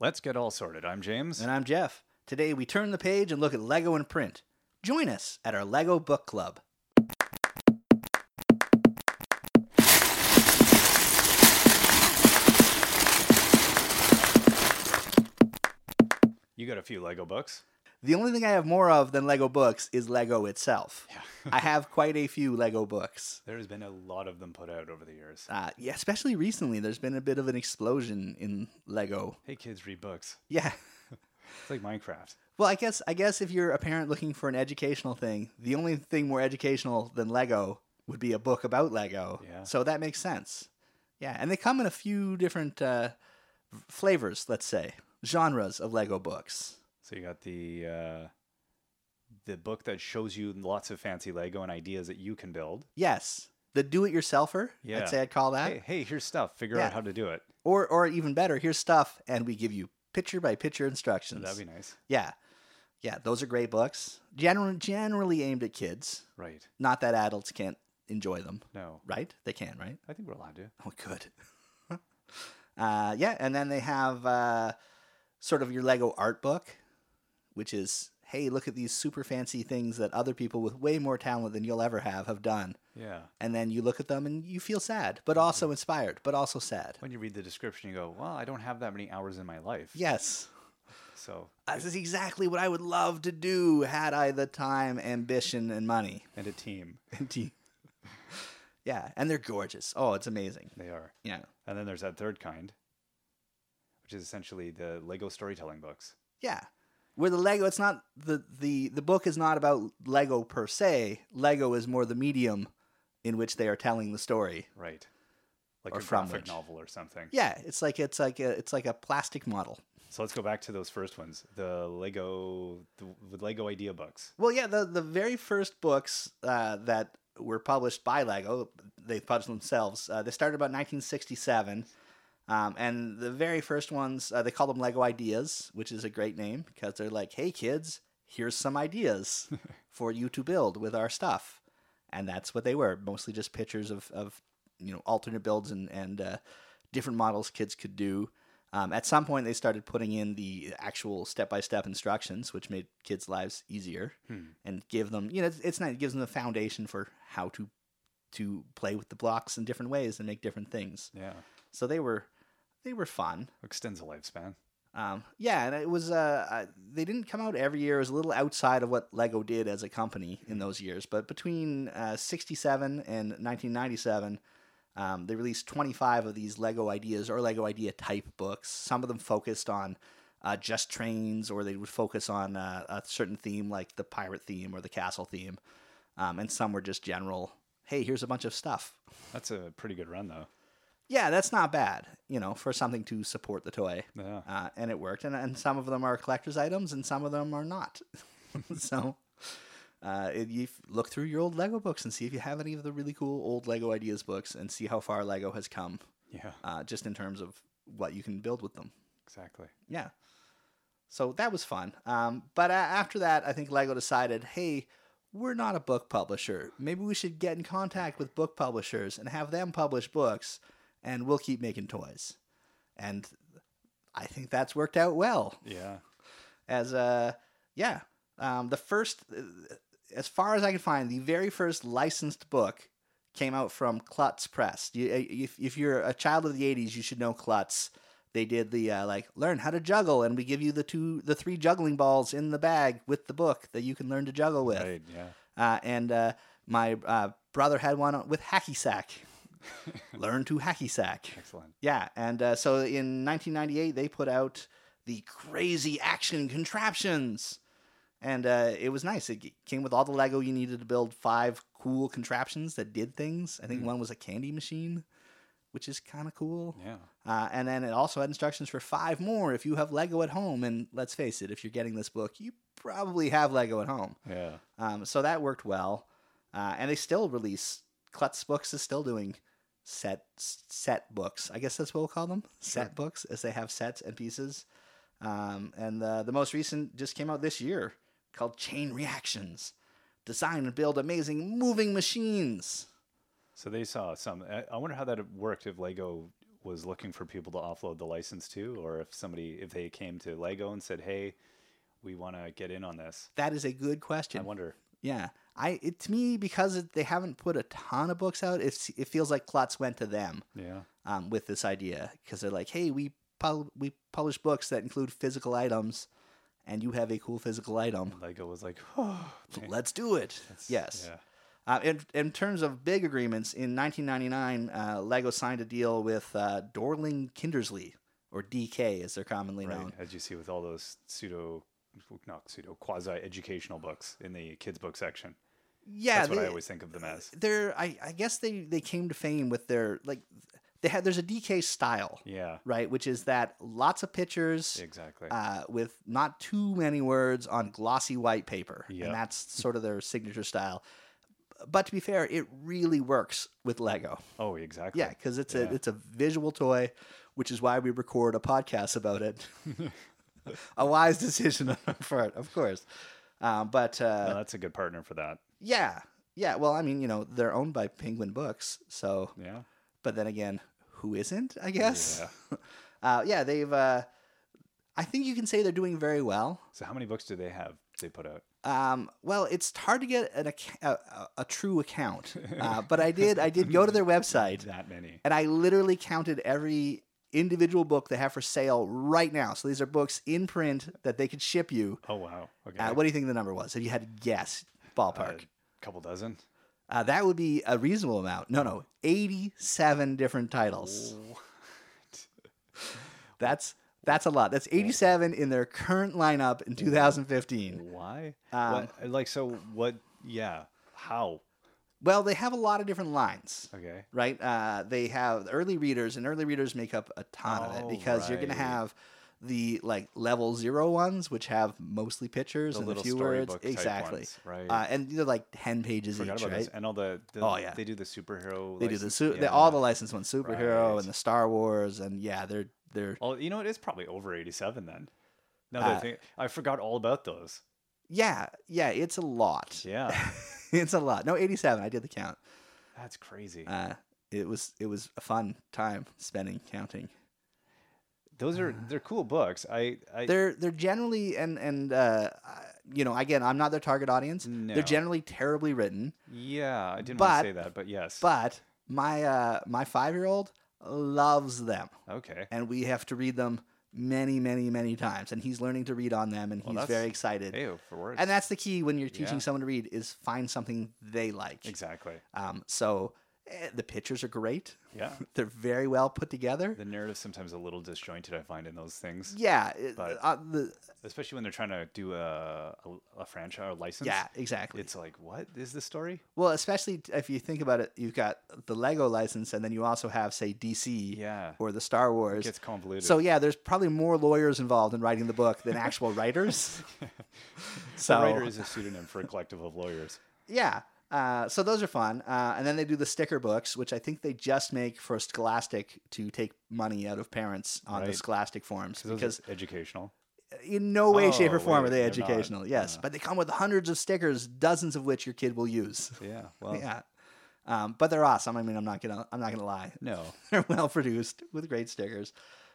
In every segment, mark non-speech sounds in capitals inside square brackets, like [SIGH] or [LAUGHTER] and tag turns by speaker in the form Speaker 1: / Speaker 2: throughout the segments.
Speaker 1: Let's get all sorted. I'm James.
Speaker 2: And I'm Jeff. Today we turn the page and look at Lego in print. Join us at our Lego Book Club.
Speaker 1: you got a few Lego books.
Speaker 2: The only thing I have more of than Lego books is Lego itself. I have quite a few Lego books.
Speaker 1: There has been a lot of them put out over the years.
Speaker 2: Uh, yeah, especially recently, there's been a bit of an explosion in Lego.
Speaker 1: Hey, kids, read books.
Speaker 2: Yeah.
Speaker 1: It's like Minecraft.
Speaker 2: Well, I guess I guess if you're a parent looking for an educational thing, the only thing more educational than Lego would be a book about Lego.
Speaker 1: Yeah.
Speaker 2: So that makes sense. Yeah, and they come in a few different uh, flavors, let's say, genres of Lego books.
Speaker 1: So you got the uh, the book that shows you lots of fancy Lego and ideas that you can build.
Speaker 2: Yes, the do-it-yourselfer.
Speaker 1: Yeah.
Speaker 2: I'd say I'd call that.
Speaker 1: Hey, hey, here's stuff. Figure
Speaker 2: Yeah.
Speaker 1: out how to do it.
Speaker 2: Or, or even better, here's stuff, and we give you picture by picture instructions.
Speaker 1: That'd be nice.
Speaker 2: yeah, yeah, those are great books. Generally, generally aimed at kids.
Speaker 1: Right.
Speaker 2: Not that adults can't enjoy them,
Speaker 1: No.
Speaker 2: right? They can, right?
Speaker 1: I think we're allowed to.
Speaker 2: [LAUGHS] Oh, good. uh, yeah, and then they have uh, sort of your Lego art book, which is hey, look at these super fancy things that other people with way more talent than you'll ever have have done.
Speaker 1: Yeah.
Speaker 2: And then you look at them and you feel sad, but also inspired, but also sad.
Speaker 1: When you read the description, you go, "Well, I don't have that many hours in my life."
Speaker 2: Yes. Uh,
Speaker 1: So,
Speaker 2: This is exactly what I would love to do had I the time, ambition, and money. [LAUGHS]
Speaker 1: and a team,
Speaker 2: yeah, and they're gorgeous. Oh, it's amazing.
Speaker 1: they are.
Speaker 2: Yeah.
Speaker 1: And then there's that third kind, which is essentially the Lego storytelling books.
Speaker 2: Yeah. Where the Lego, it's not the the the book is not about Lego per se. Lego is more the medium in which they are telling the story.
Speaker 1: Right. Like
Speaker 2: Or
Speaker 1: a
Speaker 2: from
Speaker 1: graphic
Speaker 2: which.
Speaker 1: novel or something.
Speaker 2: Yeah, it's like it's like a it's like a plastic model.
Speaker 1: So let's go back to those first ones. The Lego the, the Lego idea books.
Speaker 2: Well, yeah, the the very first books uh, that were published by Lego, they published themselves. Uh, they started about 1967, um, and the very first ones uh, they call them Lego Ideas, which is a great name because they're like, "Hey kids, here's some ideas for you to build with our stuff," and that's what they were. Mostly just pictures of of you know alternate builds and and uh, different models kids could do. Um, at some point, they started putting in the actual step by step instructions, which made kids' lives easier
Speaker 1: Hmm.
Speaker 2: and give them you know it's, it's nice it gives them the foundation for how to to play with the blocks in different ways and make different things
Speaker 1: Yeah.
Speaker 2: so they were they were fun
Speaker 1: Extends the lifespan.
Speaker 2: um, yeah and it was uh, uh they didn't come out every year it was a little outside of what lego did as a company in those years but between uh, 67 and 1997 um, they released 25 of these lego ideas or lego idea type books some of them focused on uh, just trains or they would focus on uh, a certain theme like the pirate theme or the castle theme um, and some were just general hey here's a bunch of stuff
Speaker 1: That's a pretty good run though.
Speaker 2: yeah that's not bad you know for something to support the toy
Speaker 1: Yeah.
Speaker 2: uh, and it worked. And, and some of them are collector's items, and some of them are not. [LAUGHS] so, uh, if you f- look through your old Lego books and see if you have any of the really cool old Lego ideas books, and see how far Lego has come,
Speaker 1: Yeah.
Speaker 2: uh, just in terms of what you can build with them.
Speaker 1: Exactly.
Speaker 2: Yeah. So that was fun. Um, but a- after that, I think Lego decided, hey. We're not a book publisher. Maybe we should get in contact with book publishers and have them publish books, and we'll keep making toys. And I think that's worked out well
Speaker 1: Yeah.
Speaker 2: as uh yeah um the first as far as i can find the very first licensed book came out from klutz press you, uh, if, if you're a child of the 80s you should know klutz they did the uh, like learn how to juggle and we give you the two the three juggling balls in the bag with the book [LAUGHS] that you can learn to juggle with
Speaker 1: Right. Yeah.
Speaker 2: uh, and uh, my uh, brother had one with hacky sack [LAUGHS] learn to hacky sack
Speaker 1: Excellent.
Speaker 2: yeah, and uh, so in 1998 they put out the crazy action contraptions, and uh, it was nice. It g- came with all the Lego you needed to build five cool contraptions that did things. I think
Speaker 1: Hmm.
Speaker 2: one was a candy machine, which is kind of cool.
Speaker 1: Yeah.
Speaker 2: Uh, and then it also had instructions for five more if you have Lego at home. And let's face it, if you're getting this book, you probably have Lego at home.
Speaker 1: Yeah.
Speaker 2: Um, so that worked well, uh, and they still release Klutz Books is still doing set set books. I guess that's what we'll call them, [LAUGHS]
Speaker 1: Sure.
Speaker 2: set books, as they have sets and pieces. Um, and the the most recent just came out this year called Chain Reactions. Design and build amazing moving machines.
Speaker 1: So they saw some. I I wonder how that worked if Lego was looking for people to offload the license to, or if somebody if they came to Lego and said, "Hey, we want to get in on this."
Speaker 2: That is a good
Speaker 1: I
Speaker 2: question.
Speaker 1: wonder.
Speaker 2: yeah, I it, to me because it, they haven't put a ton of books out. It's, it feels like Klotz went to them
Speaker 1: Yeah.
Speaker 2: um, with this idea because they're like, hey, we pub- we publish books that include physical items, and you have a cool physical item.
Speaker 1: Lego was like, [SIGHS] "Oh, okay,
Speaker 2: Let's do it.
Speaker 1: that's-
Speaker 2: yes.
Speaker 1: yeah."
Speaker 2: Uh, in, in terms of big agreements, in 1999, uh, Lego signed a deal with uh, Dorling Kindersley, or DK as they're commonly
Speaker 1: Right,
Speaker 2: known.
Speaker 1: as you see with all those pseudo, not pseudo, quasi educational books in the kids' book section.
Speaker 2: Yeah,
Speaker 1: That's what
Speaker 2: they,
Speaker 1: I always think of them as.
Speaker 2: They're I, I guess they they came to fame with their like they had there's a DK style
Speaker 1: Yeah,
Speaker 2: right, which is that lots of pictures.
Speaker 1: exactly.
Speaker 2: Uh, with not too many words on glossy white paper,
Speaker 1: Yeah.
Speaker 2: and that's sort of their signature style. But to be fair, it really works with Lego.
Speaker 1: oh, exactly.
Speaker 2: Yeah, because it's
Speaker 1: Yeah.
Speaker 2: a it's a visual toy, which is why we record a podcast
Speaker 1: [LAUGHS]
Speaker 2: about it. a wise decision on our part, of course. Um, but
Speaker 1: No,
Speaker 2: uh,
Speaker 1: that's a good partner for that.
Speaker 2: yeah, yeah. Well, I mean, you know, they're owned by Penguin Books, so.
Speaker 1: Yeah.
Speaker 2: But then again, who isn't? I guess.
Speaker 1: Yeah.
Speaker 2: Uh, yeah, they've. Uh, I think you can say they're doing very well.
Speaker 1: So how many books do they have? They put out.
Speaker 2: Um, well, it's hard to get an ac- a, a, a true account, uh, but I did. I did go to their website.
Speaker 1: That many.
Speaker 2: and I literally counted every individual book they have for sale right now. So these are books in print that they could ship you.
Speaker 1: Oh wow. Okay.
Speaker 2: Uh, what do you think the number was? If you had to guess,
Speaker 1: A
Speaker 2: ballpark,
Speaker 1: couple dozen.
Speaker 2: uh, that would be a reasonable amount. No, no, eighty-seven different titles. That's that's a lot. That's eighty-seven in their current lineup in 2015.
Speaker 1: Why?
Speaker 2: Um,
Speaker 1: What- like so? What? Yeah. How?
Speaker 2: Well, they have a lot of different lines.
Speaker 1: Okay.
Speaker 2: right? Uh, they have early readers, and early readers make up a ton of it
Speaker 1: Oh,
Speaker 2: because you're going to
Speaker 1: right.
Speaker 2: have the like level zero ones, which have mostly pictures
Speaker 1: The
Speaker 2: and a
Speaker 1: little
Speaker 2: few words,
Speaker 1: storybook type
Speaker 2: exactly.
Speaker 1: ones, right?
Speaker 2: Uh, and they're like ten pages
Speaker 1: Forgot
Speaker 2: each,
Speaker 1: about
Speaker 2: right?
Speaker 1: this. And all the, the
Speaker 2: Oh, yeah.
Speaker 1: they do the superhero.
Speaker 2: They do the
Speaker 1: license-
Speaker 2: su- they, all the
Speaker 1: yeah.
Speaker 2: licensed ones, superhero
Speaker 1: Right.
Speaker 2: and the Star Wars, and yeah, they're they're
Speaker 1: Well, Oh, you know what? It's probably over 87 then. Now that I
Speaker 2: Uh,
Speaker 1: think, I forgot all about those.
Speaker 2: yeah yeah it's a lot.
Speaker 1: Yeah,
Speaker 2: [LAUGHS] it's a lot. No, eighty-seven. I did the count.
Speaker 1: that's crazy.
Speaker 2: Uh, it was it was a fun time spending counting.
Speaker 1: those are they're cool books. I, I
Speaker 2: they're they're generally and and uh, you know again I'm not their target audience.
Speaker 1: No.
Speaker 2: They're generally terribly written,
Speaker 1: yeah, I didn't want
Speaker 2: but-
Speaker 1: to say that, but yes.
Speaker 2: but my uh, my five year old loves them,
Speaker 1: okay.
Speaker 2: and we have to read them many many many times, and he's learning to read on them, and he's
Speaker 1: that's-
Speaker 2: very excited.
Speaker 1: Hey, oh, for words.
Speaker 2: And that's the key when you're teaching
Speaker 1: Yeah.
Speaker 2: someone to read is find something they like.
Speaker 1: exactly.
Speaker 2: Um, so eh, the pictures are great;
Speaker 1: Yeah.
Speaker 2: [LAUGHS] they're very well put together.
Speaker 1: The narrative sometimes a little disjointed I find in those things,
Speaker 2: yeah, it-
Speaker 1: But-
Speaker 2: uh, the,
Speaker 1: especially when they're trying to do a a, a franchise or license.
Speaker 2: yeah, exactly.
Speaker 1: It's like, what is this story?
Speaker 2: Well, especially t- if you think about it, you've got the Lego license, and then you also have, say, DC
Speaker 1: Yeah.
Speaker 2: or the Star
Speaker 1: It
Speaker 2: Wars.
Speaker 1: gets convoluted.
Speaker 2: So yeah, there's probably more lawyers involved in writing the book than actual writers.
Speaker 1: [LAUGHS] the
Speaker 2: so
Speaker 1: writer is a pseudonym for a collective of lawyers.
Speaker 2: yeah, uh, so those are fun, uh, and then they do the sticker books, which I think they just make for Scholastic to take money out of parents on the
Speaker 1: Right.
Speaker 2: Scholastic forms
Speaker 1: So those
Speaker 2: because
Speaker 1: are educational.
Speaker 2: in no way, shape,
Speaker 1: Oh,
Speaker 2: or form
Speaker 1: wait,
Speaker 2: are they
Speaker 1: they're not.
Speaker 2: educational. Yes,
Speaker 1: Yeah.
Speaker 2: but they come with hundreds of stickers, dozens of which your kid will use.
Speaker 1: Yeah. Well.
Speaker 2: Yeah. Um, but they're awesome. I mean, I'm not gonna, I'm not gonna lie.
Speaker 1: No.
Speaker 2: [LAUGHS]
Speaker 1: [LAUGHS]
Speaker 2: they're well produced with great stickers.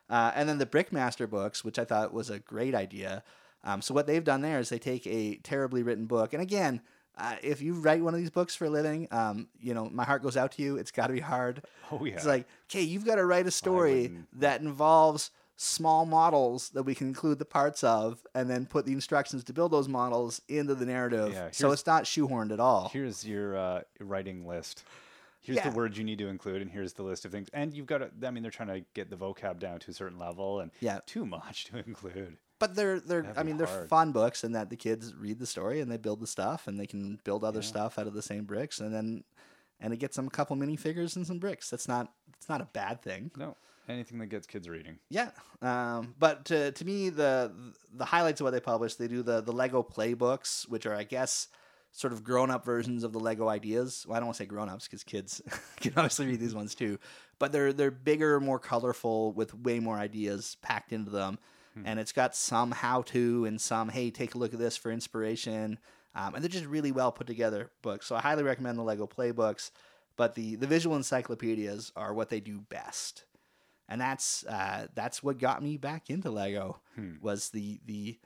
Speaker 2: Uh, and then the Brickmaster books, which I thought was a great idea. Um, so what they've done there is they take a terribly written book, and again, uh, if you write one of these books for a living, um, you know my heart goes out to you. It's got to be hard.
Speaker 1: Oh yeah.
Speaker 2: It's like, okay, you've got to write a story
Speaker 1: wouldn't-
Speaker 2: that involves small models that we can include the parts of, and then put the instructions to build those models into the narrative.
Speaker 1: Yeah,
Speaker 2: so
Speaker 1: here's-
Speaker 2: it's not shoehorned at all.
Speaker 1: here's your uh, writing list. Here's
Speaker 2: Oh. Yeah.
Speaker 1: the words you need to include, and here's the list of things. And you've got to, I mean, they're trying to get the vocab down to a certain level, and
Speaker 2: Yeah.
Speaker 1: too much to [LAUGHS] include.
Speaker 2: but they're they're
Speaker 1: That'd
Speaker 2: I
Speaker 1: be
Speaker 2: mean they're
Speaker 1: hard.
Speaker 2: fun books in that the kids read the story and they build the stuff and they can build other stuff out of the same bricks and then and it gets them a couple minifigures and some bricks. That's not it's not a bad thing.
Speaker 1: No, anything that gets kids reading.
Speaker 2: Yeah. Um, but to, to me the the highlights of what they publish, they do the the Lego playbooks, which are I guess sort of grown up versions of the Lego ideas. Well, I don't want to say grown ups because kids [LAUGHS] can obviously read these ones too, but they're they're bigger, more colorful, with way more ideas packed into them, and it's got some how to and some hey take a look at this for inspiration, um, and they're just really well put together books. So I highly recommend the Lego playbooks, but the the visual encyclopedias are what they do best. and that's uh, that's what got me back into Lego
Speaker 1: Hmm.
Speaker 2: was the the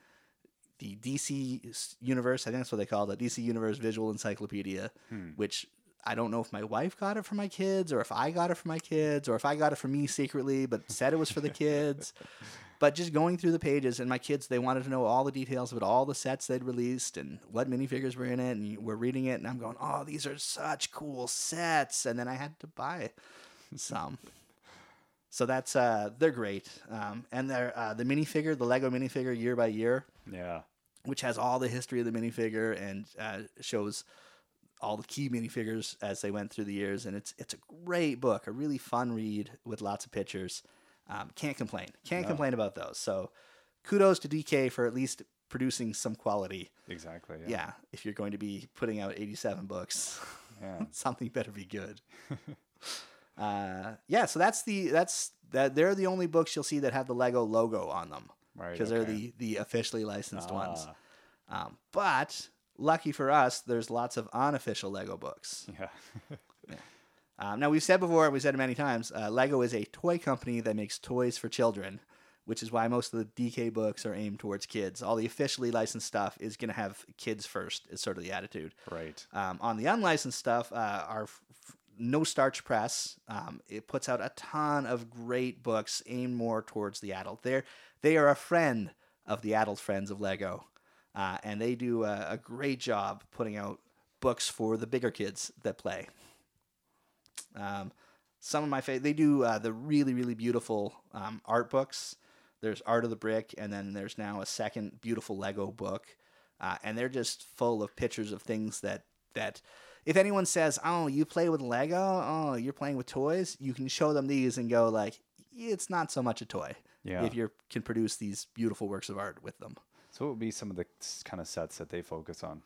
Speaker 2: the DC s- universe. I think that's what they called it, DC Universe Visual Encyclopedia,
Speaker 1: Hmm.
Speaker 2: which I don't know if my wife got it for my kids or if I got it for my kids or if I got it for me secretly, but said it was for the
Speaker 1: [LAUGHS]
Speaker 2: kids. But just going through the pages, and my kids, they wanted to know all the details about all the sets they'd released and what minifigures were in it. And we're reading it, and I'm going, oh, these are such cool sets. And then I had to buy
Speaker 1: [LAUGHS]
Speaker 2: some. so that's, uh, they're great. Um, and they're, uh, the minifigure, the Lego minifigure year by year,
Speaker 1: Yeah.
Speaker 2: which has all the history of the minifigure and uh, shows all the key minifigures as they went through the years. And it's it's a great book, a really fun read with lots of pictures. Um, can't complain. Can't
Speaker 1: No.
Speaker 2: complain about those. So kudos to DK for at least producing some quality.
Speaker 1: Exactly.
Speaker 2: Yeah,
Speaker 1: Yeah.
Speaker 2: if you're going to be putting out 87 books, [LAUGHS]
Speaker 1: Yeah.
Speaker 2: something better be good. [LAUGHS] uh, yeah, so that's the that's that. They're the only books you'll see that have the Lego logo on them
Speaker 1: Right.
Speaker 2: because they're
Speaker 1: okay.
Speaker 2: the the officially licensed ones.
Speaker 1: Ah,
Speaker 2: Um, but lucky for us, there's lots of unofficial Lego books.
Speaker 1: Yeah. [LAUGHS]
Speaker 2: Um, now, we've said before, and we've said it many times, uh, Lego is a toy company that makes toys for children, which is why most of the DK books are aimed towards kids. All the officially licensed stuff is going to have kids first, is sort of the attitude.
Speaker 1: right.
Speaker 2: Um, on the unlicensed stuff, uh, our f- f- No Starch Press um, it puts out a ton of great books aimed more towards the adult. They're they are a friend of the adult friends of Lego, uh, and they do a, a great job putting out books for the bigger kids that play. Um, some of my favorite, they do uh, the really really beautiful um, art books. There's Art of the Brick, and then there's now a second beautiful Lego book, uh, and they're just full of pictures of things that that. If anyone says, "Oh, you play with Lego? Oh, you're playing with toys," you can show them these and go like, "It's not so much a toy
Speaker 1: Yeah.
Speaker 2: if you can produce these beautiful works of art with them."
Speaker 1: So, what would be some of the kind of sets that they focus on,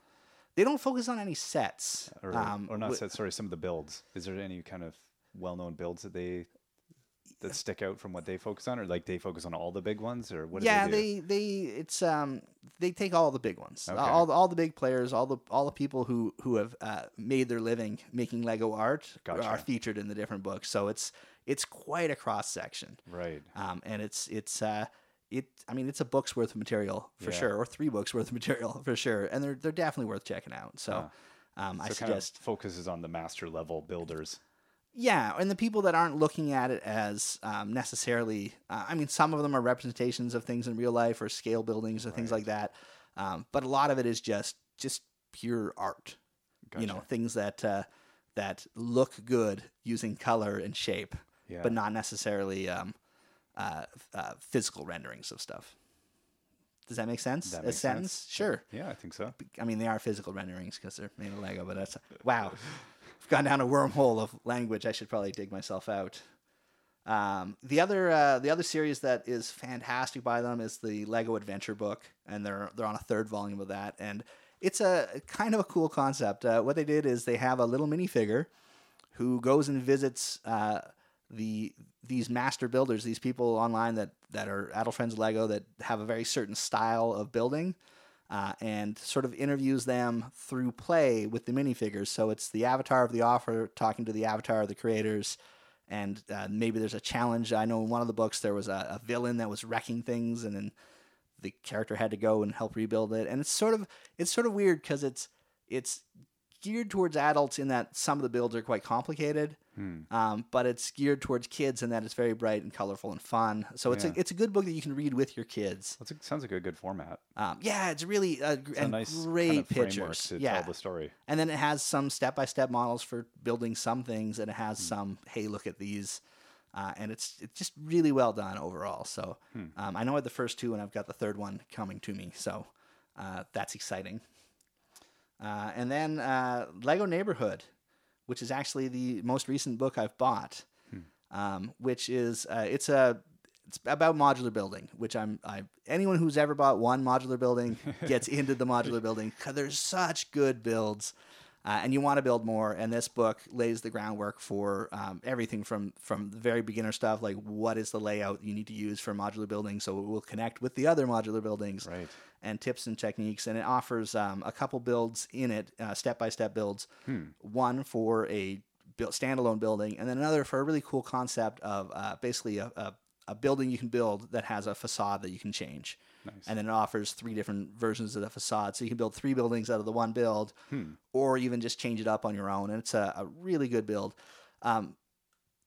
Speaker 2: They don't focus on any sets,
Speaker 1: or,
Speaker 2: um,
Speaker 1: or not
Speaker 2: wi-
Speaker 1: sets? Sorry, some of the builds. Is there any kind of well-known builds that they that stick out from what they focus on, or like they focus on all the big ones, or what?
Speaker 2: yeah,
Speaker 1: do they, do?
Speaker 2: they, they it's um they take all the big ones,
Speaker 1: Okay.
Speaker 2: all the, all the big players, all the all the people who who have uh, made their living making Lego art are
Speaker 1: Gotcha.
Speaker 2: featured in the different books. So it's it's quite a cross section,
Speaker 1: right.
Speaker 2: um, and it's it's uh it I mean it's a book's worth of material for
Speaker 1: Yeah.
Speaker 2: sure, or three books worth of material [LAUGHS] for sure, and they're they're definitely worth checking out. So. Um, I
Speaker 1: so kind
Speaker 2: suggest
Speaker 1: of focuses on the master level builders.
Speaker 2: Yeah, and the people that aren't looking at it as um, necessarily, uh, I mean, some of them are representations of things in real life or scale buildings or things
Speaker 1: Right.
Speaker 2: like that, um, but a lot of it is just just pure art. You know,
Speaker 1: Gotcha.
Speaker 2: things that uh, that look good using color and shape,
Speaker 1: Yeah.
Speaker 2: but not necessarily um, uh, f- uh, physical renderings of stuff. Does that make sense?
Speaker 1: That
Speaker 2: a
Speaker 1: makes sense.
Speaker 2: sentence, sure.
Speaker 1: yeah, I think so.
Speaker 2: I mean, they are physical renderings because they're made of Lego, but that's wow. I've gone down a wormhole of language. I should probably dig myself out. Um, the other uh, the other series that is fantastic by them is the Lego Adventure book, and they're they're on a third volume of that, and it's a kind of a cool concept. Uh, what they did is they have a little minifigure who goes and visits uh, the these master builders, these people online that that are adult friends of Lego that have a very certain style of building, uh, and sort of interviews them through play with the minifigures. So it's the avatar of the offer talking to the avatar of the creators. And uh, maybe there's a challenge. I know in one of the books there was a, a villain that was wrecking things, and then the character had to go and help rebuild it. And it's sort of it's sort of weird because it's it's geared towards adults in that some of the builds are quite complicated,
Speaker 1: Hmm.
Speaker 2: um, but it's geared towards kids in that it's very bright and colorful and fun. So it's
Speaker 1: Yeah.
Speaker 2: a it's a good book that you can read with your kids.
Speaker 1: That's a, sounds like a good format.
Speaker 2: Um, yeah, it's really a, gr-
Speaker 1: It's
Speaker 2: and
Speaker 1: a nice
Speaker 2: great
Speaker 1: kind of framework
Speaker 2: pictures.
Speaker 1: to
Speaker 2: yeah,
Speaker 1: tell the story.
Speaker 2: and then it has some step by step models for building some things, and it
Speaker 1: Hmm.
Speaker 2: has some hey look at these. Uh, and it's it's just really well done overall. So
Speaker 1: Hmm.
Speaker 2: um, I know I had the first two, and I've got the third one coming to me. So uh, that's exciting. Uh, and then uh, Lego Neighborhood, which is actually the most recent book I've bought, um, which is uh, it's a it's about modular building. Which I'm I anyone who's ever bought one modular building gets into the modular building because there's such good builds. Uh, and you want to build more, and this book lays the groundwork for um, everything from from the very beginner stuff, like what is the layout you need to use for modular building, so it will connect with the other modular buildings,
Speaker 1: Right.
Speaker 2: and tips and techniques, and it uh, offers um, a couple builds in it, step by step builds. One for a built standalone building, and then another for a really cool concept of uh, basically a, a, a building you can build that has a facade that you can change.
Speaker 1: Nice.
Speaker 2: And then it offers three different versions of the facade. So you can build three buildings out of the one build,
Speaker 1: Hmm.
Speaker 2: or even just change it up on your own. And it's a, a really good build. Um,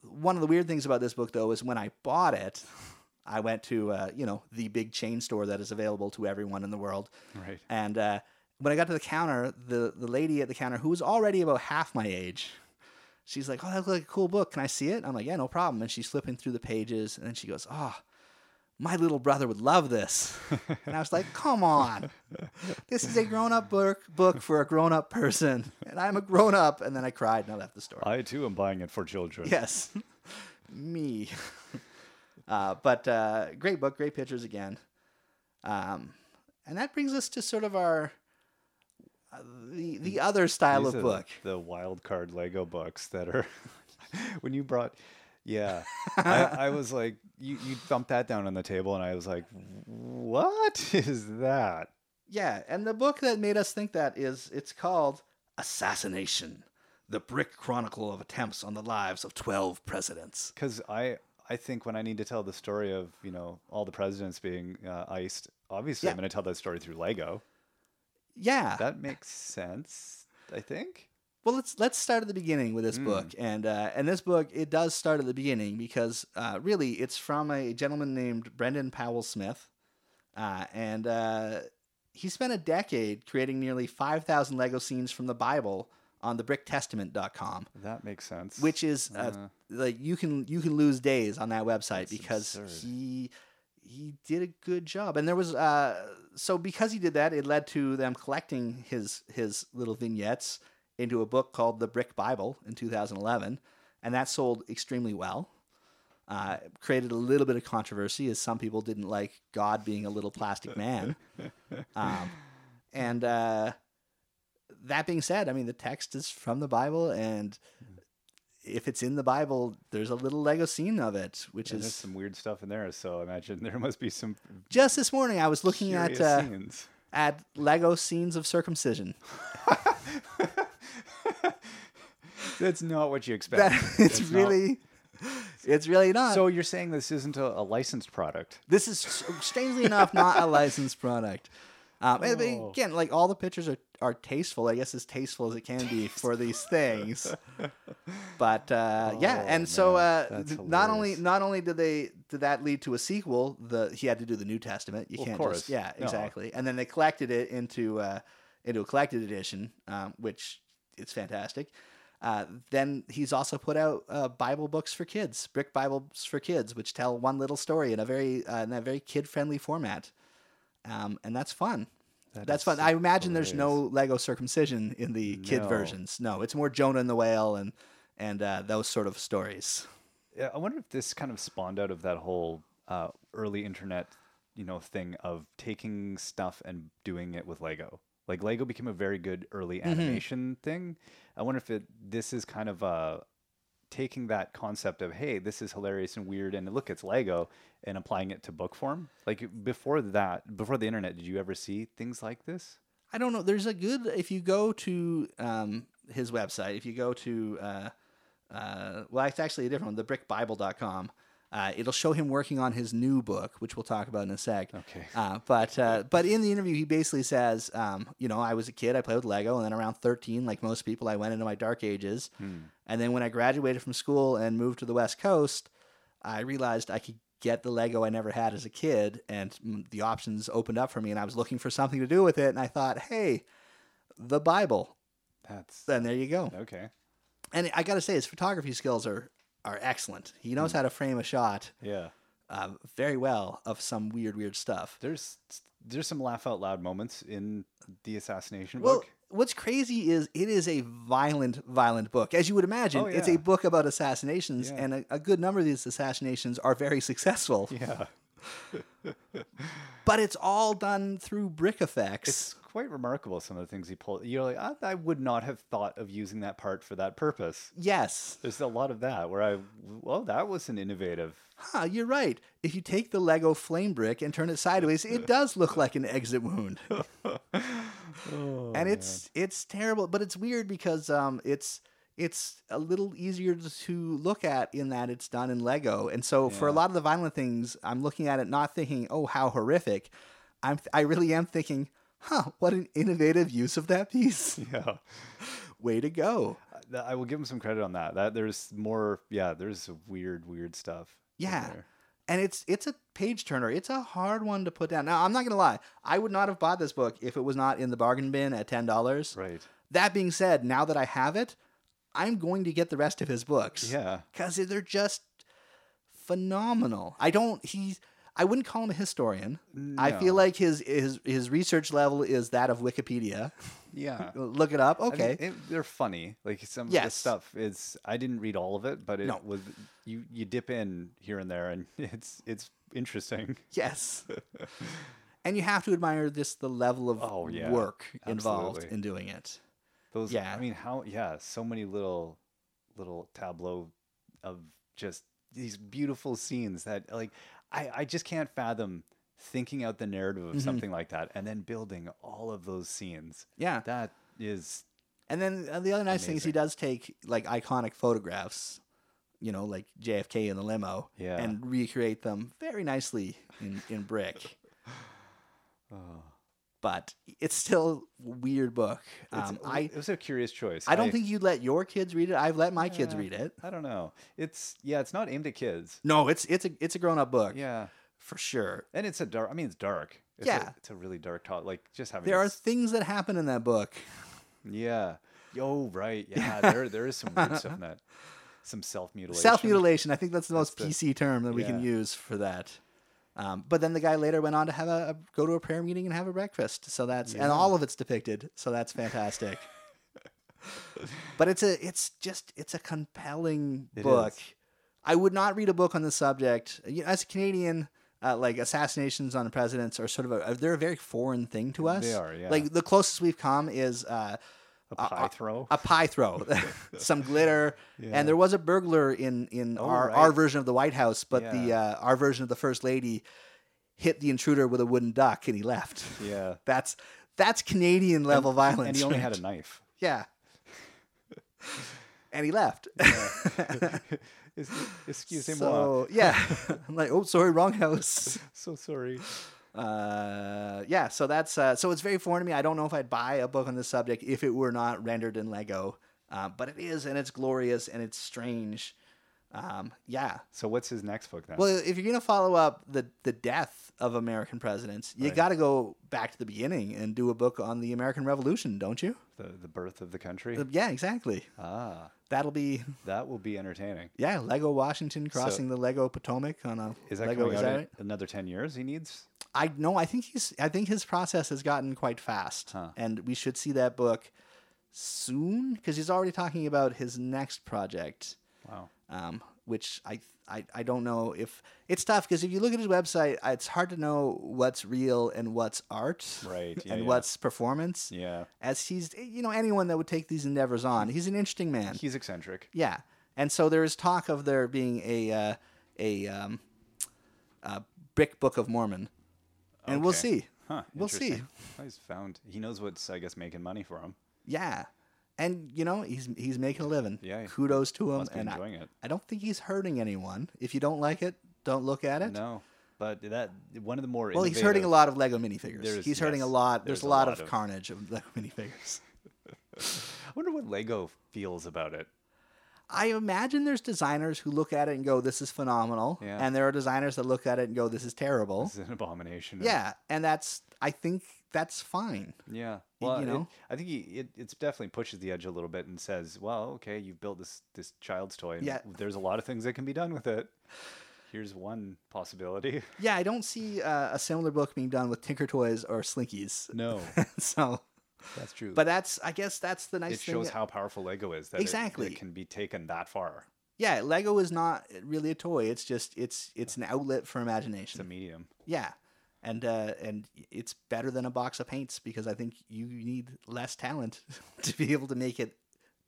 Speaker 2: one of the weird things about this book, though, is when I bought it, I went to, uh, you know, the big chain store that is available to everyone in the world.
Speaker 1: Right.
Speaker 2: And uh, when I got to the counter, the, the lady at the counter, who was already about half my age, she's like, Oh, that looks like a cool book. Can I see it? I'm like, Yeah, no problem. And she's flipping through the pages. And then she goes, Oh, my little brother would love this. And I was like, Come on. This is a grown up book, book for a grown up person. And I'm a grown up. And then I cried and I left the store.
Speaker 1: I too am buying it for children.
Speaker 2: Yes. [LAUGHS] Me. [LAUGHS] uh, but uh, great book, great pictures again. Um, and that brings us to sort of our uh, the the other style
Speaker 1: These
Speaker 2: of
Speaker 1: are
Speaker 2: book.
Speaker 1: The wild card Lego books that are [LAUGHS] when you brought
Speaker 2: [LAUGHS]
Speaker 1: yeah. I, I was like you, you dumped that down on the table and I was like, What is that?
Speaker 2: Yeah, and the book that made us think that is it's called Assassination: The Brick Chronicle of Attempts on the Lives of 12 Presidents.
Speaker 1: Because I I think when I need to tell the story of, you know, all the presidents being uh, iced, obviously I'm
Speaker 2: Yeah.
Speaker 1: gonna tell that story through Lego.
Speaker 2: Yeah.
Speaker 1: That makes sense, I think.
Speaker 2: Well, let's let's start at the beginning with this book, and uh, and this book it does start at the beginning because uh, really it's from a gentleman named Brendan Powell Smith, uh, and uh, he spent a decade creating nearly five thousand Lego scenes from the Bible on thebricktestament.com,
Speaker 1: That makes sense.
Speaker 2: which is uh,
Speaker 1: Uh.
Speaker 2: like you can you can lose days on that website
Speaker 1: That's
Speaker 2: because
Speaker 1: absurd.
Speaker 2: he he did a good job, and there was uh, so because he did that, it led to them collecting his his little vignettes into a book called The Brick Bible in 2011, and that sold extremely well. Uh, created a little bit of controversy as some people didn't like God being a
Speaker 1: [LAUGHS]
Speaker 2: little plastic man. Um, and uh, that being said, I mean, the text is from the Bible, and
Speaker 1: Hmm.
Speaker 2: if it's in the Bible, there's a little Lego scene of it, which
Speaker 1: And
Speaker 2: is
Speaker 1: there's some weird stuff in there, so I imagine there must be some
Speaker 2: just this morning. I was looking at
Speaker 1: curious
Speaker 2: uh,
Speaker 1: scenes.
Speaker 2: at Lego scenes of
Speaker 1: [LAUGHS]
Speaker 2: circumcision.
Speaker 1: That's not what you expect.
Speaker 2: That [LAUGHS] it's
Speaker 1: That's not-
Speaker 2: really, it's really not.
Speaker 1: So you're saying this isn't a, a licensed product?
Speaker 2: This is strangely enough not a licensed product. Um, and- but
Speaker 1: Oh.
Speaker 2: again, like all the pictures are, are tasteful. I guess as tasteful as it can be for these
Speaker 1: [LAUGHS]
Speaker 2: things. But uh, yeah,
Speaker 1: Oh,
Speaker 2: and so
Speaker 1: man,
Speaker 2: uh,
Speaker 1: that's
Speaker 2: th- not only
Speaker 1: hilarious.
Speaker 2: not only did they did that lead to a sequel, the he had to do the New Testament. You
Speaker 1: Well, of
Speaker 2: can't
Speaker 1: course.
Speaker 2: just yeah
Speaker 1: No.
Speaker 2: exactly. And then they collected it into uh, into a collected edition, um, which it's fantastic. Uh, then he's also put out uh, Bible books for kids, brick Bibles for kids, which tell one little story in a very uh, in a very kid friendly format, um, and that's fun.
Speaker 1: That
Speaker 2: that's
Speaker 1: is
Speaker 2: fun.
Speaker 1: so
Speaker 2: I imagine there's no
Speaker 1: hilarious.
Speaker 2: Lego circumcision in the kid
Speaker 1: No.
Speaker 2: versions. No, it's more Jonah and the whale and and uh, those sort of stories.
Speaker 1: Yeah, I wonder if this kind of spawned out of that whole uh, early internet, you know, thing of taking stuff and doing it with Lego. Like Lego became a very good early animation thing. I wonder if it this is kind of uh, taking that concept of hey, this is hilarious and weird, and look, it's Lego, and applying it to book form. Like before that, before the internet, did you ever see things like this?
Speaker 2: I don't know. There's a good if you go to um, his website. If you go to uh, uh, well, it's actually a different one, thebrickbible.com. Uh, it'll show him working on his new book, which we'll talk about in a sec.
Speaker 1: Okay.
Speaker 2: Uh, but uh, but in the interview, he basically says, um, you know, I was a kid, I played with Lego, and then around 13, like most people, I went into my dark ages.
Speaker 1: Hmm. [LAUGHS]
Speaker 2: And then when I graduated from school and moved to the West Coast, I realized I could get the Lego I never had as a kid, and mm, the options opened up for me, and I was looking for something to do with it, and I thought, hey, the Bible.
Speaker 1: That's
Speaker 2: Then there you go.
Speaker 1: okay.
Speaker 2: And I got to say, his photography skills are are excellent. He knows
Speaker 1: Hmm.
Speaker 2: how to frame a shot
Speaker 1: Yeah.
Speaker 2: uh, very well of some weird, weird stuff.
Speaker 1: There's there's some laugh out loud moments in the assassination
Speaker 2: Well,
Speaker 1: book.
Speaker 2: what's crazy is it is a violent, violent book. As you would imagine,
Speaker 1: Oh,
Speaker 2: it's
Speaker 1: yeah.
Speaker 2: a book about assassinations,
Speaker 1: Yeah.
Speaker 2: and a, a good number of these assassinations are very [LAUGHS] successful.
Speaker 1: Yeah.
Speaker 2: But it's all done through brick effects.
Speaker 1: It's quite remarkable some of the things he pulled. You're like, I, I would not have thought of using that part for that purpose.
Speaker 2: yes.
Speaker 1: There's a lot of that where I, well, that was an innovative.
Speaker 2: Huh, you're right. If you take the Lego flame brick and turn it sideways, it does look like an exit wound.
Speaker 1: [LAUGHS] Oh,
Speaker 2: Oh. and it's it's terrible, but it's weird because um it's it's a little easier to look at in that it's done in Lego. And so for a
Speaker 1: Yeah.
Speaker 2: lot of the violent things, I'm looking at it not thinking, "Oh, how horrific." I'm th- I really am thinking, "Huh, what an innovative use of that
Speaker 1: [LAUGHS]
Speaker 2: piece.
Speaker 1: Yeah.
Speaker 2: Way to go."
Speaker 1: Th- I will give him some credit on that. That there's more. Yeah, there's weird, weird stuff. in
Speaker 2: Yeah.
Speaker 1: there.
Speaker 2: and it's it's a page turner. It's a hard one to put down. Now, I'm not gonna lie. I would not have bought this book if it was not in the bargain bin at ten dollars.
Speaker 1: Right.
Speaker 2: That being said, now that I have it, I'm going to get the rest of his books.
Speaker 1: Yeah.
Speaker 2: because they're just phenomenal. I don't. He's. I wouldn't call him a historian. I
Speaker 1: No.
Speaker 2: feel like his his his research level is that of Wikipedia.
Speaker 1: Yeah.
Speaker 2: Look it up.
Speaker 1: I mean,
Speaker 2: Okay.
Speaker 1: it- they're funny. Like some of the
Speaker 2: Yes.
Speaker 1: stuff is. I didn't read all of it, but it
Speaker 2: No.
Speaker 1: was you. You dip in here and there, and [LAUGHS] it's it's interesting.
Speaker 2: Yes. and you have to admire this the level of
Speaker 1: Oh, yeah.
Speaker 2: work involved
Speaker 1: Absolutely.
Speaker 2: in doing it.
Speaker 1: Those.
Speaker 2: Yeah.
Speaker 1: I mean, how? Yeah. So many little, little tableau, of just these beautiful scenes that like I I just can't fathom thinking out the narrative of
Speaker 2: Mhm.
Speaker 1: something like that and then building all of those scenes.
Speaker 2: Yeah.
Speaker 1: That is
Speaker 2: And then uh, the other nice thing is he
Speaker 1: Amazing.
Speaker 2: does take like iconic photographs, you know, like JFK in the limo,
Speaker 1: Yeah.
Speaker 2: and recreate them very nicely in, in brick.
Speaker 1: oh,
Speaker 2: But it's still a weird book.
Speaker 1: it's,
Speaker 2: Um,
Speaker 1: it-
Speaker 2: I
Speaker 1: it was a curious choice.
Speaker 2: I don't think you'd let your kids read it. I've let my kids
Speaker 1: Yeah.
Speaker 2: read it.
Speaker 1: I don't know. It's yeah, it's not aimed at kids.
Speaker 2: No, it's it's a it's a grown up book
Speaker 1: Yeah,
Speaker 2: for sure.
Speaker 1: and it's a dark. I mean, it's dark. It's
Speaker 2: Yeah.
Speaker 1: a, it's a really dark talk. Like just having
Speaker 2: There are
Speaker 1: this-
Speaker 2: things that happen in that book.
Speaker 1: yeah. Yo, Oh, right. Yeah, there there is some weird stuff in
Speaker 2: [LAUGHS]
Speaker 1: that. Some self mutilation.
Speaker 2: Self mutilation. I think that's the most
Speaker 1: That's
Speaker 2: PC term that we can
Speaker 1: yeah.
Speaker 2: use for that. Um, but then the guy later went on to have a, a- go to a prayer meeting and have a breakfast. So that's and
Speaker 1: Yeah.
Speaker 2: all of it's depicted. So
Speaker 1: [LAUGHS]
Speaker 2: that's fantastic. but it's a it's just it's a compelling
Speaker 1: It
Speaker 2: book.
Speaker 1: is.
Speaker 2: I would not read a book on the subject. You know, as a Canadian, uh, like assassinations on presidents are sort of a they're a very foreign thing to us.
Speaker 1: They are, yeah.
Speaker 2: Like the closest we've come is. Uh,
Speaker 1: A pie throw.
Speaker 2: a pie throw, [LAUGHS] some glitter,
Speaker 1: Yeah.
Speaker 2: and there was a burglar in in
Speaker 1: Oh,
Speaker 2: our
Speaker 1: right.
Speaker 2: our version of the White House, but the
Speaker 1: Yeah.
Speaker 2: uh, our version of the First Lady hit the intruder with a wooden duck and he left.
Speaker 1: yeah.
Speaker 2: [LAUGHS] That's that's Canadian level violence.
Speaker 1: And he only had
Speaker 2: right?
Speaker 1: a
Speaker 2: [LAUGHS]
Speaker 1: knife.
Speaker 2: yeah, and he left. [LAUGHS]
Speaker 1: Is- Excuse me.
Speaker 2: so
Speaker 1: [LAUGHS]
Speaker 2: yeah, I'm like, oh, sorry, wrong house.
Speaker 1: So sorry.
Speaker 2: Uh, yeah, so that's uh, so it's very foreign to me. I don't know if I'd buy a book on this subject if it were not rendered in Lego, uh, but it is, and it's glorious and it's strange. Um, yeah.
Speaker 1: So what's his next book then?
Speaker 2: Well, if you're gonna follow up the the death of American presidents, you
Speaker 1: Right.
Speaker 2: got to go back to the beginning and do a book on the American Revolution, don't you?
Speaker 1: the the birth of the country.
Speaker 2: Uh, Yeah, exactly.
Speaker 1: ah,
Speaker 2: That'll be
Speaker 1: that will be entertaining.
Speaker 2: yeah, Lego Washington crossing the Lego Potomac on a
Speaker 1: Is that
Speaker 2: Lego.
Speaker 1: coming
Speaker 2: Is
Speaker 1: out
Speaker 2: that
Speaker 1: in
Speaker 2: right?
Speaker 1: another ten years? He needs.
Speaker 2: I no, I think he's. I think his process has gotten quite fast,
Speaker 1: Huh.
Speaker 2: and we should see that book soon because he's already talking about his next project,
Speaker 1: Wow.
Speaker 2: um, which I, I I don't know if it's tough because if you look at his website, it's hard to know what's real and what's art, [LAUGHS]
Speaker 1: Right, yeah,
Speaker 2: and
Speaker 1: yeah.
Speaker 2: what's performance.
Speaker 1: Yeah.
Speaker 2: As he's, you know, anyone that would take these endeavors on, he's an interesting man.
Speaker 1: He's eccentric.
Speaker 2: Yeah, and so there is talk of there being a uh, a um, uh, brick Book of Mormon, and we'll
Speaker 1: Okay.
Speaker 2: see.
Speaker 1: Huh.
Speaker 2: We'll see.
Speaker 1: interesting. He's found. He knows what's, I guess, making money for him.
Speaker 2: Yeah, and you know he's he's making a living.
Speaker 1: Yeah, he
Speaker 2: kudos to him.
Speaker 1: Must be
Speaker 2: and I-
Speaker 1: enjoying it.
Speaker 2: I, don't think he's hurting anyone. If you don't like it, don't look at it.
Speaker 1: No, but that one of the more
Speaker 2: Well, he's hurting a
Speaker 1: innovative-
Speaker 2: lot of Lego minifigures.
Speaker 1: There's-
Speaker 2: he's hurting a
Speaker 1: yes,
Speaker 2: lot. There's, a lot, of,
Speaker 1: of-
Speaker 2: carnage of Lego [LAUGHS] minifigures.
Speaker 1: I wonder what Lego feels about it.
Speaker 2: I imagine there's designers who look at it and go, "This is phenomenal,"
Speaker 1: Yeah.
Speaker 2: and there are designers that look at it and go, "This
Speaker 1: [LAUGHS]
Speaker 2: is terrible."
Speaker 1: It's an abomination. of-
Speaker 2: yeah, and that's I think that's fine.
Speaker 1: yeah. Well, you
Speaker 2: you know?
Speaker 1: know, I think he, it it's definitely pushes the edge a little bit and says, "Well, okay, you've built this this child's toy. And
Speaker 2: Yeah.
Speaker 1: There's a lot of things that can be done with it. Here's one
Speaker 2: [LAUGHS]
Speaker 1: possibility.
Speaker 2: Yeah, I don't see uh, a similar book being done with Tinker Toys or Slinkies. [LAUGHS]
Speaker 1: No,
Speaker 2: so,
Speaker 1: that's true.
Speaker 2: but that's I guess that's the nice
Speaker 1: it
Speaker 2: thing.
Speaker 1: shows how powerful Lego is. That it-
Speaker 2: Exactly.
Speaker 1: it can be taken that far.
Speaker 2: yeah, Lego is not really a toy. It's just it's it's an outlet for
Speaker 1: It's a
Speaker 2: imagination.
Speaker 1: medium.
Speaker 2: Yeah, and uh, and it's better than a box of paints because I think you need less talent [LAUGHS] to be able to make it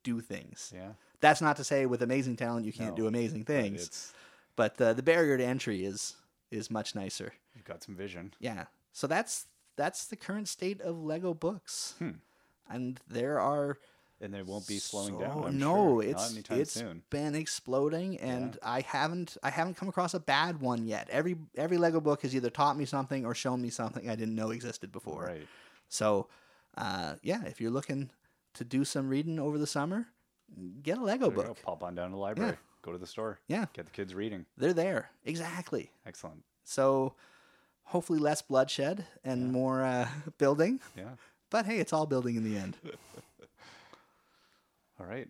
Speaker 2: do things.
Speaker 1: Yeah.
Speaker 2: That's not to say with amazing talent you can't
Speaker 1: No,
Speaker 2: do amazing things,
Speaker 1: It's
Speaker 2: but uh, the barrier to entry is is much nicer.
Speaker 1: you've got some vision.
Speaker 2: Yeah. So that's that's the current state of Lego books.
Speaker 1: Hmm.
Speaker 2: And there are
Speaker 1: and they won't be slowing
Speaker 2: So-
Speaker 1: down. I'm
Speaker 2: no,
Speaker 1: sure. not
Speaker 2: it's
Speaker 1: anytime
Speaker 2: it's
Speaker 1: soon.
Speaker 2: been exploding, and I haven't I haven't come across a bad one yet. Every every Lego book has either taught me something or shown me something I didn't know existed before.
Speaker 1: Right.
Speaker 2: So, uh, yeah, if you're looking to do some reading over the summer, get a Lego
Speaker 1: There you go.
Speaker 2: book.
Speaker 1: Pop on down to the library. Go to the store.
Speaker 2: Yeah,
Speaker 1: Get the kids reading.
Speaker 2: they're there exactly.
Speaker 1: Excellent.
Speaker 2: So, hopefully, less bloodshed and more uh, [LAUGHS] building.
Speaker 1: Yeah.
Speaker 2: But hey, it's all building in the end.
Speaker 1: All right.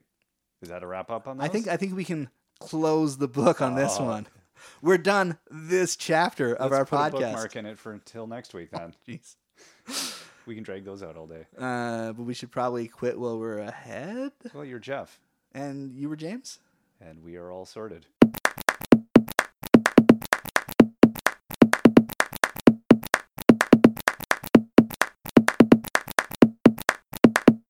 Speaker 1: Is that a wrap up on this?
Speaker 2: I think I think we can close the book on this
Speaker 1: Oh.
Speaker 2: one. We're done this chapter of
Speaker 1: Let's
Speaker 2: our
Speaker 1: put a bookmark
Speaker 2: podcast.
Speaker 1: in it for until next week. Then
Speaker 2: Jeez.
Speaker 1: we can drag those out all day.
Speaker 2: Uh, but we should probably quit while we're ahead.
Speaker 1: Well, you're Jeff,
Speaker 2: And you were James.
Speaker 1: and we are all sorted.